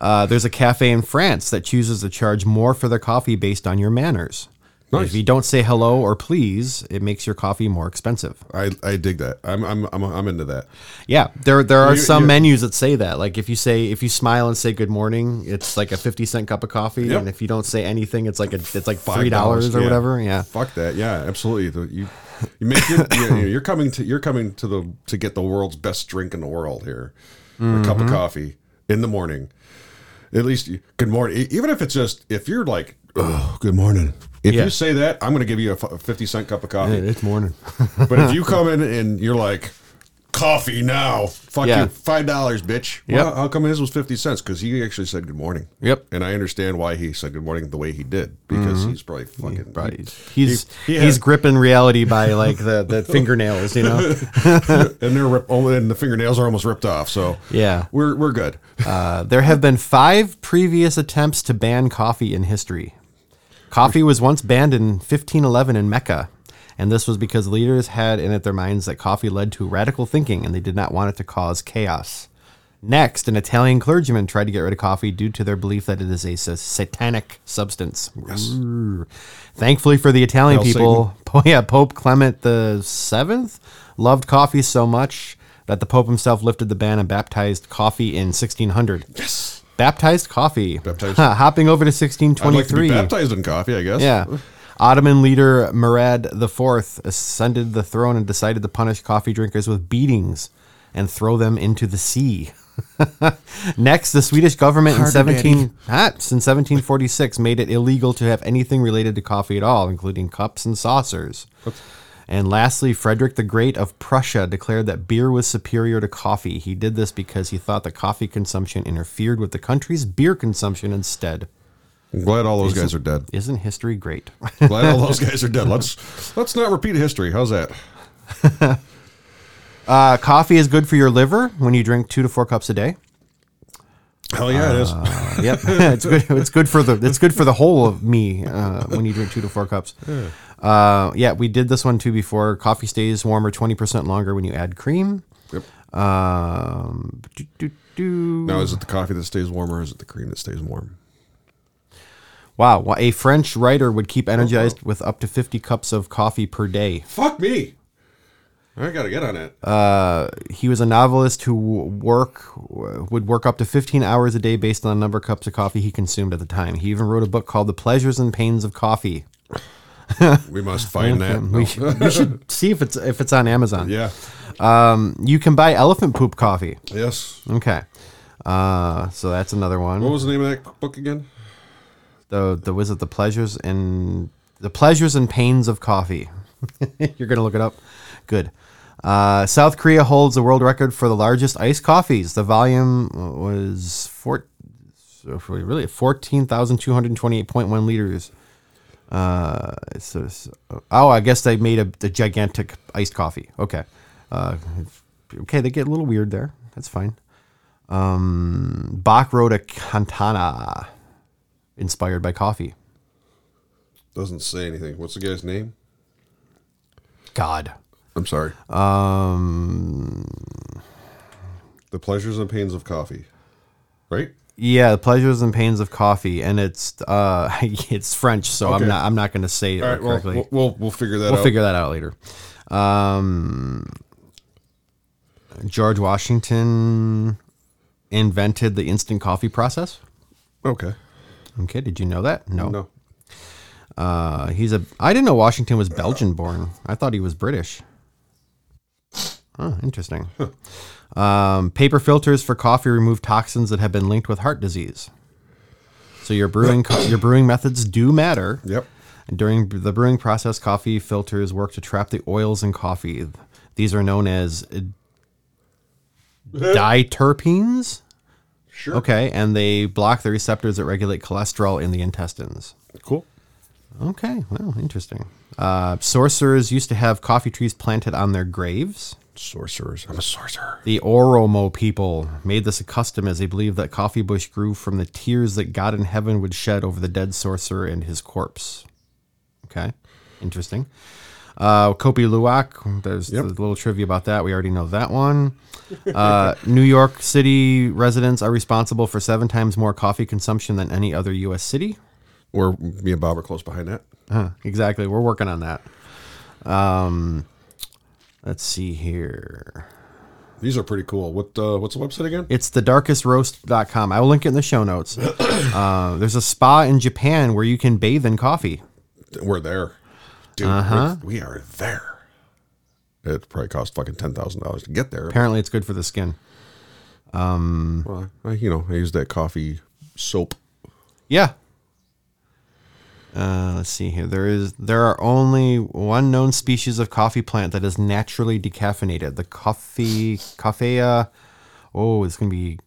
A: Uh, there's a cafe in France that chooses to charge more for their coffee based on your manners.
B: Nice.
A: If you don't say hello or please, it makes your coffee more expensive.
B: I, I dig that. I'm I'm I'm, I'm into that.
A: Yeah, there there are
B: You-
A: some
B: you-
A: menus that say that. Like if you say if you smile and say good morning, it's like a fifty cent cup of coffee,
B: Yep.
A: and if you don't say anything, it's like a it's like
B: Five
A: three dollars or
B: yeah.
A: whatever. Yeah,
B: Fuck that. Yeah, absolutely. The- You you make your, you're, you're coming to you're coming to the to get the world's best drink in the world here. A
A: Mm-hmm.
B: cup of coffee in the morning. At least you- good morning. E- Even if it's just if you're like oh, good morning. If
A: Yeah.
B: you say that, I'm going to give you a fu- a 50 cent cup of coffee.
A: it's morning.
B: but if you come in and you're like coffee now, fuck
A: Yeah.
B: you, five dollars, bitch.
A: Yep.
B: Well, how come his was fifty cents? Because he actually said good morning.
A: Yep. Mm-hmm.
B: And I understand why he said good morning the way he did because he's probably fucking
A: Right. He's
B: He- he
A: he's
B: had-
A: gripping reality by like the, the fingernails, you know.
B: and they're rip, oh, and the fingernails are almost ripped off. So
A: Yeah.
B: we're we're good.
A: Uh, there have been five previous attempts to ban coffee in history. Coffee was once banned in 1511 in Mecca, and this was because leaders had in it their minds that coffee led to radical thinking and they did not want it to cause chaos. Next, an Italian clergyman tried to get rid of coffee due to their belief that it is a sa- satanic substance. Grrr. Thankfully for the Italian
B: Hail
A: people, po- yeah, Pope Clement the Seventh loved coffee so much that the Pope himself lifted the ban and baptized coffee in 1600. Yes, baptized coffee.
B: Baptized.
A: Huh, hopping over to
B: I'd like to
A: 1623.
B: be baptized in coffee, I guess.
A: Yeah. Ottoman leader Murad IV ascended the throne and decided to punish coffee drinkers with beatings and throw them into the sea. Next, the Swedish government in 17 Ah, since 1746 made it illegal to have anything related to coffee at all, including cups and saucers. And lastly, Frederick the Great of Prussia declared that beer was superior to coffee. He did this because he thought that coffee consumption interfered with the country's beer consumption instead.
B: I'm glad all those guys are dead.
A: Isn't history great?
B: Glad all those guys are dead. Let's let's not repeat history. How's that?
A: Uh, coffee is good for your liver when you drink two to four cups a day.
B: Hell yeah, it is.
A: yep, it's good. It's good for the it's good for the whole of me uh, when you drink two to four cups. Uh, yeah, we did this one too before. Coffee stays warmer twenty percent longer when you add cream.
B: Yep.
A: Um, do, do, do.
B: Now, is it the coffee that stays warm or is it the cream that stays warm?
A: Wow, why- a French writer would keep energized with up to fifty cups of coffee per day.
B: Fuck me. I gotta get on it.
A: Uh, He was a novelist who work would work up to 15 hours a day based on the number of cups of coffee he consumed at the time. He even wrote a book called The Pleasures and Pains of Coffee.
B: we must find that.
A: We, should, we should see if it's if it's on Amazon.
B: yeah.
A: You can buy elephant poop coffee.
B: Yes.
A: Okay. Uh, so that's another one.
B: What was the name of that book again?
A: the the was it the pleasures and the pleasures and pains of coffee. You're gonna look it up. Good. Uh, South Korea holds the world record for the largest iced coffees. The volume was four, so for- really fourteen thousand two hundred twenty-eight point one liters. Uh, it's, it's- oh, I guess they made a, the gigantic iced coffee. Okay, uh, okay, they get a little weird there. That's fine. Um, Bach wrote a cantata inspired by coffee.
B: Doesn't say anything. What's the guy's name?
A: God.
B: I'm sorry.
A: Um.
B: the Pleasures and Pains of Coffee. Right?
A: Yeah, the pleasures and pains of coffee, and it's uh, it's French, so
B: Okay.
A: I'm not I'm not going to say it
B: All right. Well,
A: correctly.
B: we'll, we'll, we'll figure that
A: we'll
B: out.
A: figure that out later. Um, George Washington invented the instant coffee process.
B: okay.
A: Okay, did you know that? No.
B: No.
A: Uh, he's a. I didn't know Washington was Belgian born. I thought he was British. Oh, interesting. Um, paper filters for coffee remove toxins that have been linked with heart disease. So your brewing co- your brewing methods do matter.
B: Yep.
A: And During the brewing process, coffee filters work to trap the oils in coffee. These are known as diterpenes.
B: Sure.
A: Okay, and they block the receptors that regulate cholesterol in the intestines.
B: Cool.
A: Okay, well, interesting. Uh, sorcerers used to have coffee trees planted on their graves.
B: Sorcerers. I'm a sorcerer.
A: The Oromo people made this a custom as they believed that coffee bush grew from the tears that God in heaven would shed over the dead sorcerer and his corpse. Okay, interesting. Uh, Kopi Luwak, there's
B: Yep.
A: a little trivia about that. We already know that one. Uh, New York City residents are responsible for seven times more coffee consumption than any other U.S. city.
B: Or me and Bob are close behind that.
A: Huh, exactly. We're working on that. Um, let's see here.
B: These are pretty cool. What uh, What's the website again?
A: It's the darkestroast.com. I will link it in the show notes. Uh, there's a spa in Japan where you can bathe in coffee.
B: We're there. Dude, we're- we are there. It probably cost fucking $10,000 to get there.
A: Apparently, it's good for the skin.
B: Well, I, you know, I use that coffee soap.
A: Yeah. Uh, let's see here. There is there are only one known species of coffee plant that is naturally decaffeinated. The coffee coffea. Oh, it's gonna be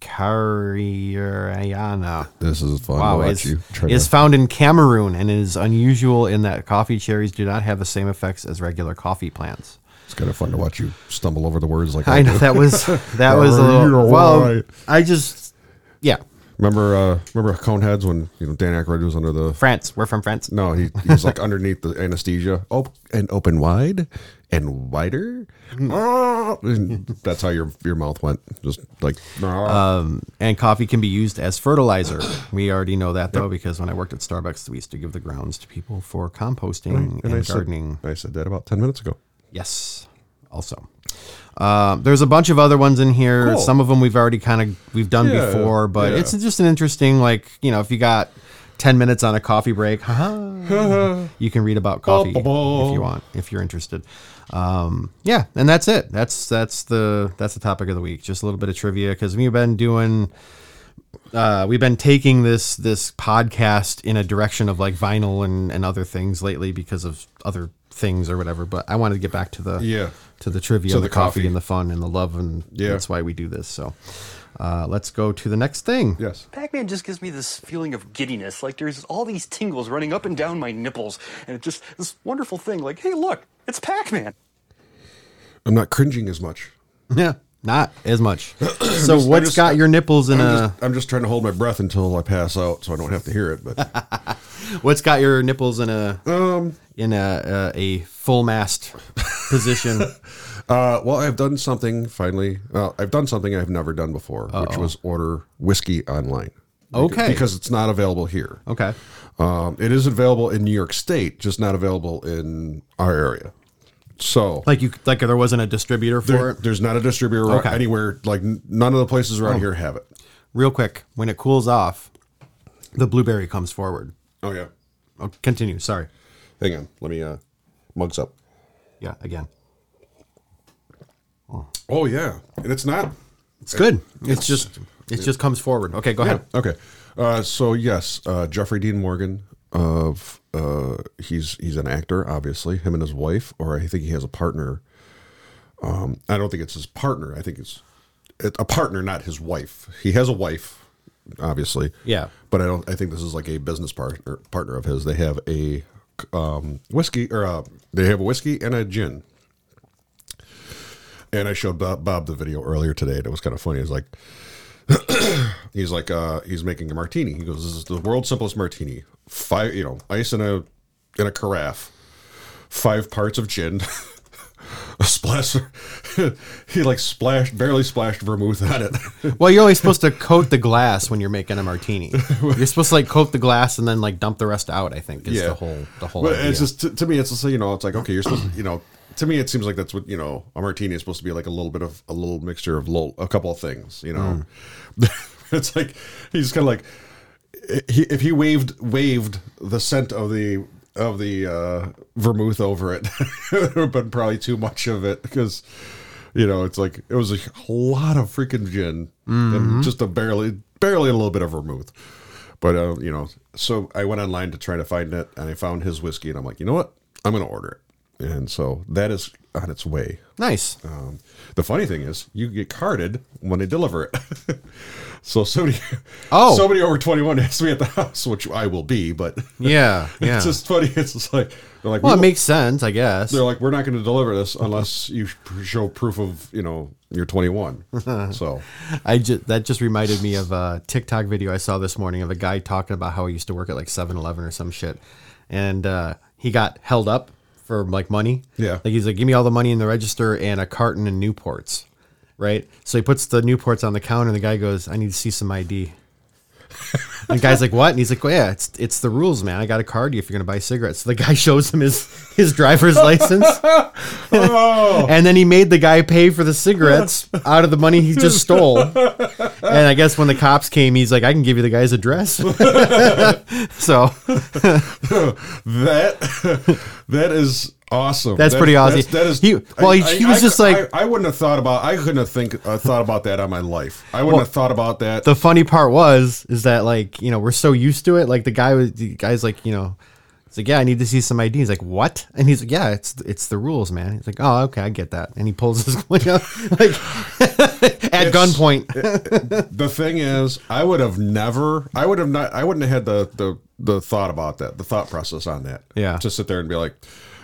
A: cariana.
B: This is fun
A: Wow,
B: to
A: is,
B: watch you try
A: is
B: to-
A: found in Cameroon and is unusual in that coffee cherries do not have the same effects as regular coffee plants.
B: It's kind of fun to watch you stumble over the words like
A: I know
B: do.
A: that was that was a
B: You're
A: little well.
B: right.
A: I just yeah,
B: Remember, uh, remember Coneheads when you know Dan Aykroyd was under the
A: France. We're from France.
B: no, he, he was like underneath the anesthesia. Oh, and open wide and wider.
A: Mm-hmm.
B: Ah, and that's how your your mouth went, just like ah.
A: Mm, And coffee can be used as fertilizer. We already know that though because when I worked at Starbucks, we used to give the grounds to people for composting and,
B: I
A: gardening.
B: Said, I said that about ten minutes ago.
A: Yes. Also, um, there's a bunch of other ones in here.
B: Cool.
A: Some of them we've already kind of we've done
B: Yeah,
A: before, but
B: yeah.
A: it's just an interesting like you know if you got ten minutes on a coffee break, haha, you can read about coffee if you
B: Ba-ba-ba.
A: want if you're interested. Um, yeah, and that's it. That's that's the that's the topic of the week. Just a little bit of trivia because we've been doing. Uh, we've been taking this this podcast in a direction of like vinyl and, and other things lately because of other things or whatever. But I wanted to get back to the
B: Yeah.
A: to the trivia,
B: To
A: and the,
B: the
A: coffee,
B: coffee.
A: and the fun and the love, and
B: Yeah.
A: that's why we do this. So uh, let's go to the next thing.
B: Yes,
E: Pac-Man just gives me this feeling of giddiness, like there's all these tingles running up and down my nipples, and it's just this wonderful thing, like, hey, look, it's Pac-Man.
B: I'm not cringing as much.
A: Yeah, Not as much. so what's
B: just-
A: got your nipples in
B: I'm,
A: a
B: just, I'm just trying to hold my breath until I pass out, so I don't have to hear it. But
A: what's got your nipples in a
B: um,
A: in a uh, a, a full mast position?
B: uh, well, I've done something finally. Well, I've done something I've never done before, which was order whiskey online.
A: Okay.
B: because it's not available here.
A: okay.
B: Um, it is available in New York State, just not available in our area. So
A: Like you like there wasn't a distributor for
B: there-
A: it.
B: there's not a distributor ar-
A: Okay.
B: anywhere. Like n- none of the places around here have it.
A: Real quick, when it cools off, the blueberry comes forward.
B: Oh yeah.
A: Oh, continue. Sorry.
B: Hang on. Let me uh, mugs up.
A: Yeah. Again.
B: Oh yeah, and it's not.
A: It's good. It's just it just comes forward. Okay, go ahead.
B: Okay. Uh, so yes, uh, Jeffrey Dean Morgan of uh, he's he's an actor, obviously. Him and his wife, or I think he has a partner. Um, I don't think it's his partner. I think it's it, a partner, not his wife. He has a wife, obviously.
A: Yeah.
B: But I don't. I think this is like a business partner partner of his. They have a um, whiskey, or uh, they have a whiskey and a gin. And I showed Bob, Bob the video earlier today, and it was kind of funny. It was like, he's like uh he's making a martini he goes this is the world's simplest martini five you know ice in a in a carafe five parts of gin a splash he like splashed barely splashed vermouth on it
A: Well, you're only supposed to coat the glass when you're making a martini. You're supposed to like coat the glass and then like dump the rest out. I think is the whole the whole.
B: But
A: idea.
B: it's just to, to me it's just you know it's like okay you're supposed to you know to me it seems like that's what you know a martini is supposed to be like a little bit of a little mixture of lo- a couple of things you know it's like he's kind of like he, if he waved waved the scent of the of the uh, vermouth over it, there would have been probably too much of it because you know it's like it was a lot of freaking gin and just a barely barely a little bit of vermouth. But uh, you know, so I went online to try to find it, and I found his whiskey, and I'm like, you know what, I'm gonna order it, and so that is on its way.
A: nice.
B: Um, the funny thing is, you get carded when they deliver it. so somebody,
A: Oh.
B: somebody over twenty one has to be at the house, which I will be. But
A: Yeah, yeah.
B: it's just funny. It's just like they're like,
A: well, it
B: we-
A: makes sense, I guess.
B: they're like, we're not going to deliver this unless you sh- show proof of you know you're twenty one. so
A: I just that just reminded me of a TikTok video I saw this morning of a guy talking about how he used to work at like 7-Eleven or some shit, and uh, he got held up for like money.
B: Yeah.
A: like he's like, give me all the money in the register and a carton of Newports, right? So he puts the Newports on the counter, and the guy goes, "I need to see some ID." And the guy's like, "What?" And he's like, well, "Yeah, it's it's the rules, man. I got to card you if you're gonna buy cigarettes." So the guy shows him his his driver's license.
B: oh,
A: And then he made the guy pay for the cigarettes out of the money he just stole. And I guess when the cops came, he's like, I can give you the guy's address. so
B: that that is awesome.
A: That's
B: That-
A: pretty awesome.
B: that's- That is.
A: He- well, he- he was just like-
B: I, I wouldn't have thought about. I couldn't have think uh, thought about that on my life. I wouldn't
A: Well,
B: have thought about that.
A: the funny part was, is that like, you know, we're so used to it. Like the guy was, the guy's like, you know, it's like, yeah, I need to see some ID. He's like, what? And he's like, yeah, it's it's the rules, man. He's like, oh, okay, I get that. And he pulls his gun out, like at gunpoint.
B: the thing is, I would have never, I would have not, I wouldn't have had the the the thought about that, the thought process on that.
A: Yeah.
B: to sit there and be like,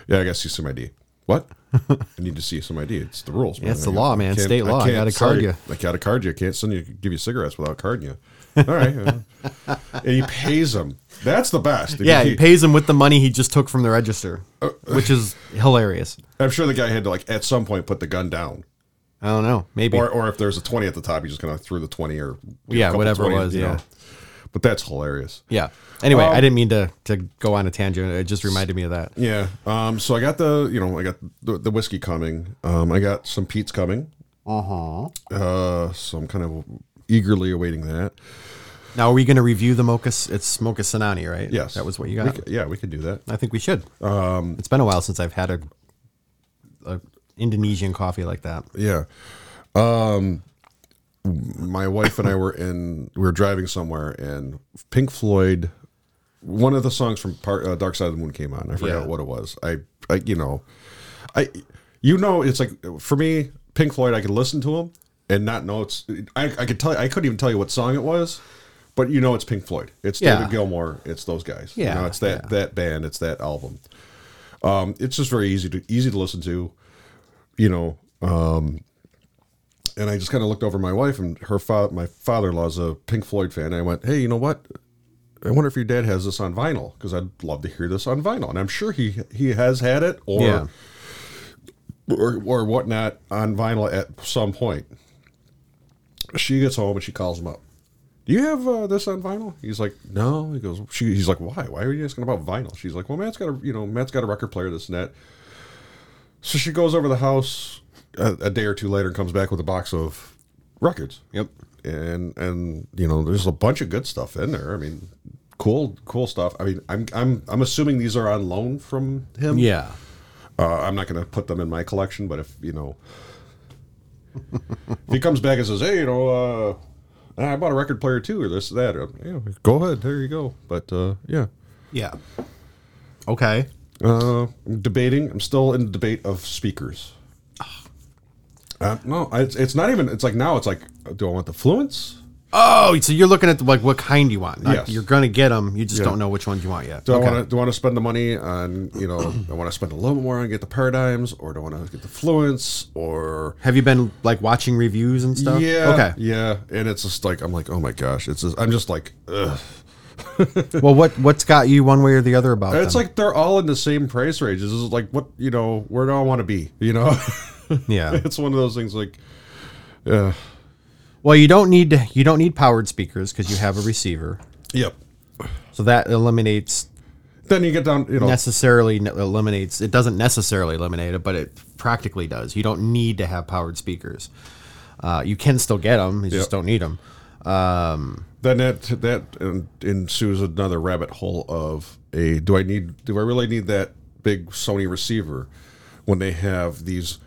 B: yeah, I got to see some ID. What? I need to see some ID. It's the rules. man.
A: it's the law, man.
B: can't-
A: State law. I
B: can't
A: gotta
B: sell
A: card you.
B: I got to card you. I can't send you give you cigarettes without carding you. All right. uh, and he pays him. That's the best.
A: Yeah, he pays him with the money he just took from the register, which is hilarious.
B: I'm sure the guy had to like at some point put the gun down.
A: I don't know. Maybe.
B: Or, or if there's a 20 at the top, he just kind of threw the 20 or
A: Yeah,
B: couple
A: whatever it
B: 20s,
A: was,
B: you
A: yeah.
B: know. But that's hilarious.
A: Yeah. Anyway,
B: Um,
A: I didn't mean to to go on a tangent. It just reminded me of that.
B: Yeah. Um. So I got the you know I got the, the whiskey coming. Um. I got some Pete's coming.
A: Uh-huh.
B: Uh huh. Uh. So I'm kind of eagerly awaiting that.
A: Now, are we going to review the mocha? s- It's mocha Sanani, right?
B: Yes.
A: that was what you
B: We
A: got.
B: c- yeah, we could do that.
A: I think we should. Um, it's been a while since I've had a, a Indonesian coffee like that.
B: Yeah. Um. My wife and I were in we were driving somewhere and Pink Floyd. One of the songs from Par uh, Dark Side of the Moon came on. I forgot
A: Yeah.
B: what it was. I, I, you know, I, you know, it's like for me, Pink Floyd. I could listen to them and not know it's. I, I could tell. I couldn't even tell you what song it was, but you know, it's Pink Floyd. It's
A: Yeah.
B: David Gilmour. It's those guys. you
A: Yeah,
B: know, it's that
A: yeah.
B: that band. It's that album. Um, it's just very easy to easy to listen to. You know, um, and I just kind of looked over my wife and her fa- my father in law's a Pink Floyd fan. And I went, hey, you know what? I wonder if your dad has this on vinyl because I'd love to hear this on vinyl, and I'm sure he he has had it or
A: yeah.
B: or, or whatnot on vinyl at some point. She gets home and she calls him up. Do you have uh, this on vinyl? He's like, no. He goes, she, he's like, why? Why are you asking about vinyl? She's like, well, Matt's got a, you know, Matt's got a record player, this and that. So she goes over to the house a, a day or two later and comes back with a box of records.
A: Yep.
B: And and you know, there's a bunch of good stuff in there. I mean, cool, cool stuff. I mean, I'm I'm I'm assuming these are on loan from him.
A: Yeah.
B: Uh, I'm not going to put them in my collection, but if you know, if he comes back and says, "Hey, you know, uh, I bought a record player too, or this, that," uh, you know, go ahead, there you go. But uh, yeah,
A: Yeah. Okay.
B: uh, I'm debating. I'm still in the debate of speakers.
A: Ah.
B: Uh, no, I- it's, it's not even. It's like now. It's like, do I want the Fluence?
A: Oh, so you're looking at the, like what kind you want. Not-
B: Yes.
A: You're gonna get them. You just
B: Yeah.
A: don't know which ones you want yet.
B: Do
A: okay.
B: I want to do I want to spend the money on you know? I want to spend a little more on get the paradigms, or do I want to get the Fluence, or
A: Have you been like watching reviews and stuff?
B: Yeah.
A: Okay.
B: Yeah, and it's just like I'm like, oh my gosh, it's just, I'm just like, ugh.
A: Well, what what's got you one way or the other about
B: it's
A: them?
B: like they're all in the same price range. It's just like what you know, where do I want to be? You know,
A: yeah.
B: it's one of those things like, yeah,
A: Well, you don't need you don't need powered speakers because you have a receiver,
B: yep.
A: so that eliminates
B: Then you get down, you know,
A: necessarily ne- eliminates it doesn't necessarily eliminate it, but it practically does. You don't need to have powered speakers. Uh, you can still get them. You
B: Yep.
A: just don't need them.
B: then that that en- ensues another rabbit hole of a do I need do I really need that big Sony receiver when they have these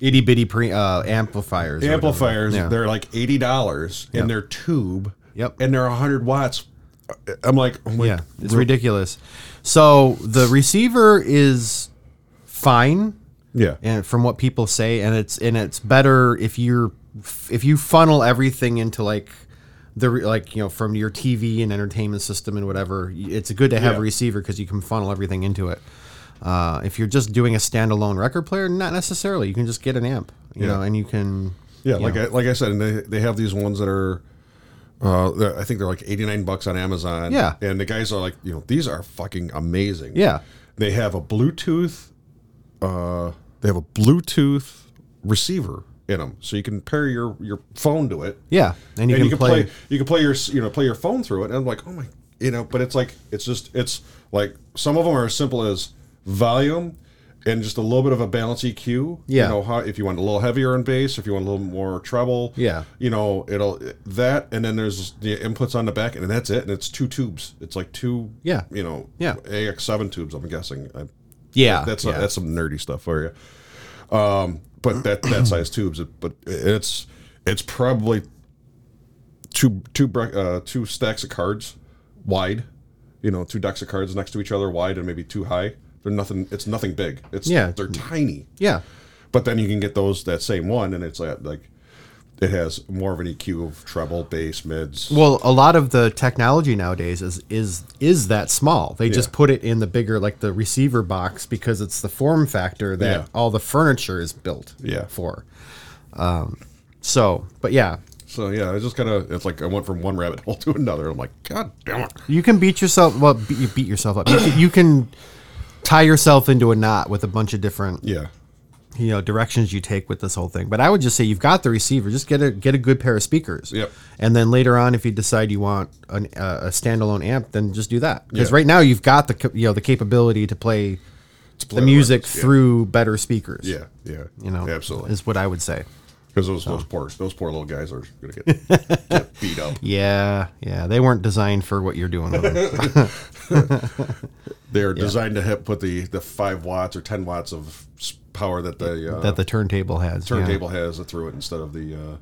A: Itty bitty pre uh, amplifiers. or
B: amplifiers.
A: whatever. Yeah.
B: They're like eighty dollars in and they're tube.
A: Yep.
B: And they're hundred watts. I'm like, oh my
A: Yeah, it's ridiculous. So the receiver is fine,
B: Yeah.
A: and from what people say, and it's and it's better if you're if you funnel everything into like the re- like you know from your TV and entertainment system and whatever. y- It's good to have a
B: Yeah.
A: receiver because you can funnel everything into it. Uh, if you're just doing a standalone record player, not necessarily. You can just get an amp, you
B: Yeah.
A: know, and you can
B: yeah.
A: you
B: Like
A: know.
B: I, like I said, and they, they have these ones that are. Uh, they're- I think they're like eighty nine bucks on Amazon.
A: Yeah.
B: And the guys are like, you know, these are fucking amazing.
A: Yeah.
B: They have a Bluetooth. Uh, they have a Bluetooth receiver in them, so you can pair your your phone to it.
A: yeah, and you
B: and
A: can, play,
B: you can play your you know play your phone through it and i'm like oh my you know but it's like it's just it's like some of them are as simple as volume and just a little bit of a balance EQ.
A: Yeah.
B: You know how if you want a little heavier in bass, if you want a little more treble.
A: Yeah.
B: You know it'll that, and then there's the inputs on the back, and that's it. And it's two tubes. It's like two.
A: Yeah.
B: You know.
A: Yeah.
B: AX seven tubes. I'm guessing. I,
A: yeah,
B: that's
A: Ah, yeah.
B: that's some nerdy stuff for you. Um, but that that size tubes, it- but it's it's probably two two bre- uh, two stacks of cards wide, you know, two decks of cards next to each other wide and maybe two high. They're nothing. It's nothing big. It's
A: Yeah.
B: They're tiny.
A: yeah.
B: But then you can get those that same one, and it's at like it has more of an EQ of treble, bass, mids.
A: Well, a lot of the technology nowadays is is is that small. They just
B: Yeah.
A: put it in the bigger, like the receiver box, because it's the form factor that
B: Yeah.
A: all the furniture is built
B: Yeah.
A: for. Um, so, but yeah,
B: So yeah, it's just kind of it's like I went from one rabbit hole to another. I'm like, God damn it.
A: you can beat yourself. Well, be, you beat yourself up. You can, you can tie yourself into a knot with a bunch of different
B: Yeah.
A: you know directions you take with this whole thing. But I would just say you've got the receiver. Just get a get a good pair of speakers.
B: Yep.
A: And then later on, if you decide you want an, uh, a standalone amp, then just do that. Because
B: Yeah.
A: right now you've got the cap- you know the capability to play the
B: play
A: music
B: records, yeah.
A: through better speakers.
B: Yeah. Yeah.
A: You know,
B: Absolutely.
A: is what I would say.
B: Because those those poor those poor little guys are gonna get, get beat up.
A: Yeah, yeah, they weren't designed for what you're doing. With them.
B: They're designed to hit, put the the five watts or ten watts of s- power that the uh,
A: that the turntable has. yeah.
B: turntable has through it instead of the uh,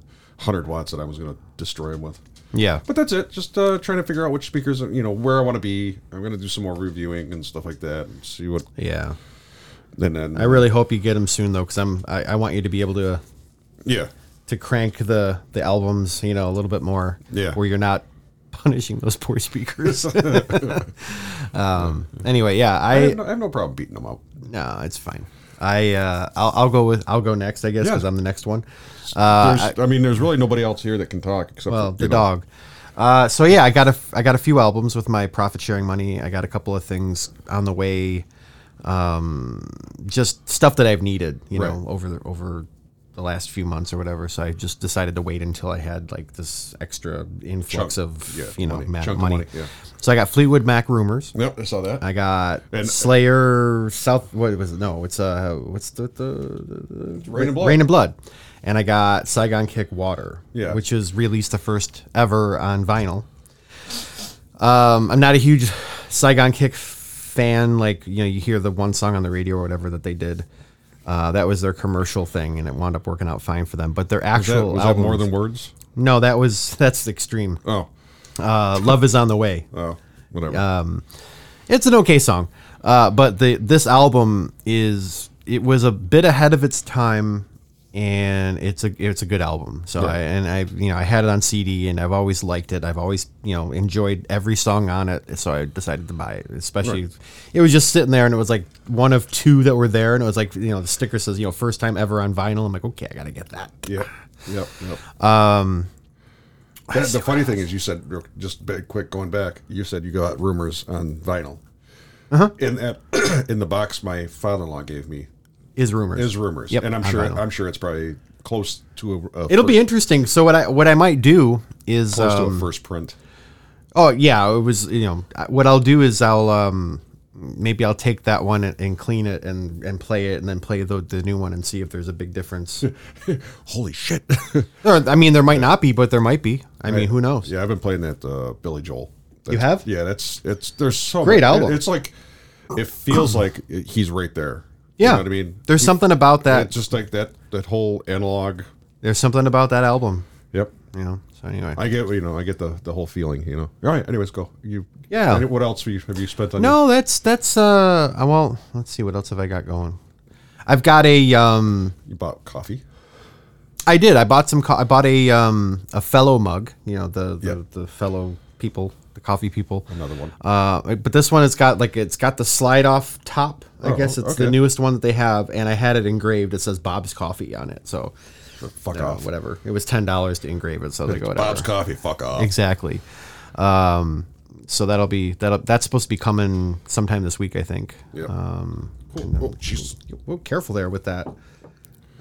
B: hundred watts that I was gonna destroy them with.
A: Yeah.
B: But that's it. Just uh, trying to figure out which speakers you know where I want to be. I'm gonna do some more reviewing and stuff like that and see what.
A: Yeah.
B: And then
A: I really hope you get them soon though, because I'm I, I want you to be able to.
B: yeah
A: to crank the the albums, you know, a little bit more.
B: Yeah.
A: Where you're not punishing those poor speakers. um. Anyway, yeah,
B: I
A: I
B: have, no, I have no problem beating them up.
A: no, it's fine. I uh, I'll, I'll go with I'll go next, I guess,
B: Yeah.
A: because I'm the next one.
B: There's- I, mean, there's really nobody else here that can talk except
A: Uh, Well,
B: for,
A: the
B: you know,
A: dog. Uh, so yeah, I got a f- I got a few albums with my profit sharing money. I got a couple of things on the way, um, just stuff that I've needed, you know,
B: Right.
A: over the over the last few months or whatever. So I just decided to wait until I had like this extra influx
B: Chunk,
A: of
B: yeah,
A: you know
B: money,
A: ma-
B: chunk of
A: money.
B: money, yeah.
A: So I got Fleetwood Mac rumors.
B: Yep, I saw that.
A: I got
B: And- uh,
A: Slayer South. What was it? No, it's uh, what's the the
B: Rain and blood.
A: Rain and Blood. And I got Saigon Kick Water,
B: Yeah.
A: which is released the first ever on vinyl. Um, I'm not a huge Saigon Kick fan. Like, you know, you hear the one song on the radio or whatever that they did. Uh, that was their commercial thing, and it wound up working out fine for them. But their
B: was that,
A: actual
B: was that more
A: albums-
B: than words?
A: no, that was that's extreme.
B: Oh,
A: Uh, Love is on the way.
B: oh, whatever.
A: Um, it's an okay song uh, but the this album is it was a bit ahead of its time and it's a it's a good album so I, and I you know I had it on CD and I've always liked it I've always you know enjoyed every song on it so I decided to buy it especially it was just sitting there and it was like one of two that were there and it was like you know the sticker says you know first time ever on vinyl I'm like okay I gotta get that
B: Yep. Yep. Yep. Um, the funny thing is, you said real- just ba- quick going back. You said you got rumors on vinyl.
A: Uh-huh.
B: In that, in the box my father-in-law gave me
A: is rumors
B: is rumors,
A: Yep,
B: and I'm
A: on
B: sure
A: vinyl.
B: I'm sure it's probably close to a, a
A: it'll be
B: first-
A: interesting so what I what I might do is
B: close
A: um,
B: to a first print.
A: Oh yeah, it was. You know, I- what I'll do is I'll um maybe I'll take that one and, and clean it and and play it and then play the the new one and see if there's a big difference.
B: Holy shit!
A: or I mean, there might not be, but there might be. I mean, who knows?
B: yeah, I've been playing that uh, Billy Joel. That's,
A: You have?
B: Yeah, that's it's. There's so
A: Great
B: much-
A: album.
B: It's like it feels like he's right there.
A: Yeah,
B: you know what I mean.
A: there's something about that.
B: It's just like that that whole analog.
A: there's something about that album.
B: Yep.
A: You know. So anyway,
B: I get you know I get the the whole feeling you know. All right. Anyways, go. You
A: Yeah.
B: any- What else have you, have you spent on?
A: no, that's that's uh. I won't. Let's see what else have I got going. I've got a um.
B: your- you bought coffee.
A: I did. I bought some. Co- I bought a um a fellow mug. You know the the,
B: Yep.
A: the fellow people, the coffee people.
B: Another one.
A: Uh, but this one, it's got like it's got the slide off top. I
B: Oh,
A: guess it's the
B: okay.
A: newest one that they have, and I had it engraved. It says Bob's Coffee on it, so
B: Fuck
A: uh,
B: off.
A: whatever. It was ten dollars to engrave it, so they go whatever.
B: Bob's coffee. Fuck off.
A: exactly. Um, so that'll be that'll that's supposed to be coming sometime this week, I think.
B: Yep.
A: Um,
B: Oh,
A: and then-
B: oh, jeez.
A: Whoa, careful there with that.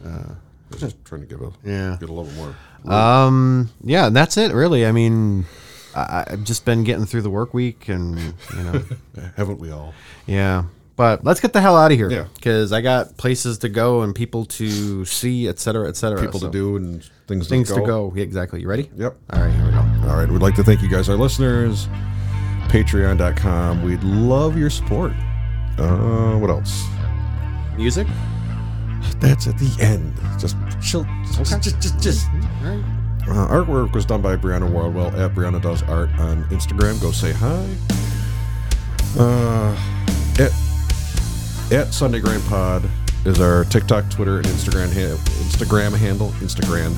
B: I was Just trying to give a
A: Yeah. Uh,
B: Get a little more.
A: Mm, Yeah, and that's it, really. I mean, I, I've just been getting through the work week, and you know.
B: Haven't we all?
A: Yeah. But let's get the hell out of here.
B: Yeah.
A: Because I got places to go and people to see, et cetera, et cetera.
B: People
A: So,
B: to do and things
A: Things
B: to
A: to go. Yeah, exactly. You ready?
B: Yep.
A: All right, here we go.
B: All right. We'd like to thank you guys, our listeners. Patreon.com. We'd love your support. Uh, what else?
A: Music?
B: That's at the end. Just chill. Just, just, just, just. Uh, artwork was done by Brianna Wildwell at Brianna Does Art on Instagram. Go say hi. Uh, at, at Sunday Grand Pod is our TikTok, Twitter, and Instagram ha- Instagram handle. Instagram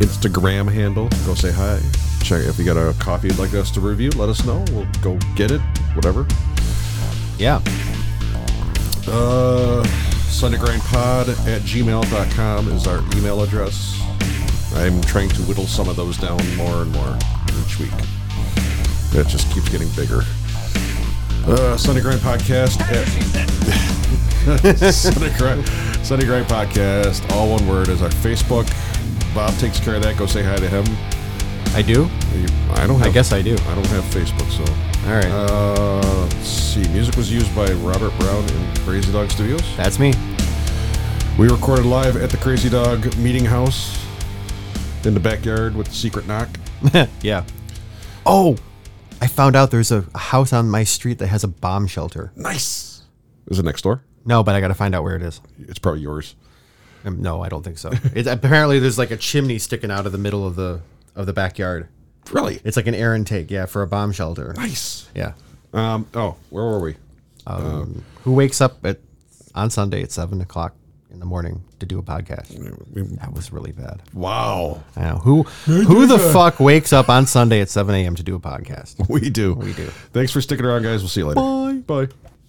B: Instagram handle. Go say hi. Check if you got a coffee you'd like us to review. Let us know. We'll go get it. Whatever.
A: Yeah.
B: Uh, SundayGrindPod at gmail.com is our email address. I'm trying to whittle some of those down more and more each week. That just keeps getting bigger. Uh, Sunday Grind Podcast at Sunday Grind, Sunday Grind Podcast, all one word, is our Facebook. Bob takes care of that. Go say hi to him.
A: I do?
B: You- I don't.
A: I
B: Have,
A: guess I do.
B: I don't have Facebook, so.
A: All right.
B: Uh, let's see. Music was used by Robert Brown in Crazy Dog Studios.
A: That's me.
B: We recorded live at the Crazy Dog Meeting House in the backyard with the secret knock.
A: Yeah. Oh, I found out there's a house on my street that has a bomb shelter.
B: Nice. Is it next door?
A: No, but I got to find out where it is.
B: It's probably yours.
A: Um, no, I don't think so. It, apparently, there's like a chimney sticking out of the middle of the of the backyard.
B: Really?
A: It's like an air intake, yeah, for a bomb shelter.
B: nice.
A: Yeah.
B: Um. Oh, where were we?
A: who wakes up at on Sunday at seven o'clock in the morning to do a podcast. That was really bad.
B: Wow.
A: I know. Who who the fuck wakes up on Sunday at seven a.m. to do a podcast?
B: We do. We do. Thanks for sticking around, guys. We'll see you later. Bye. Bye.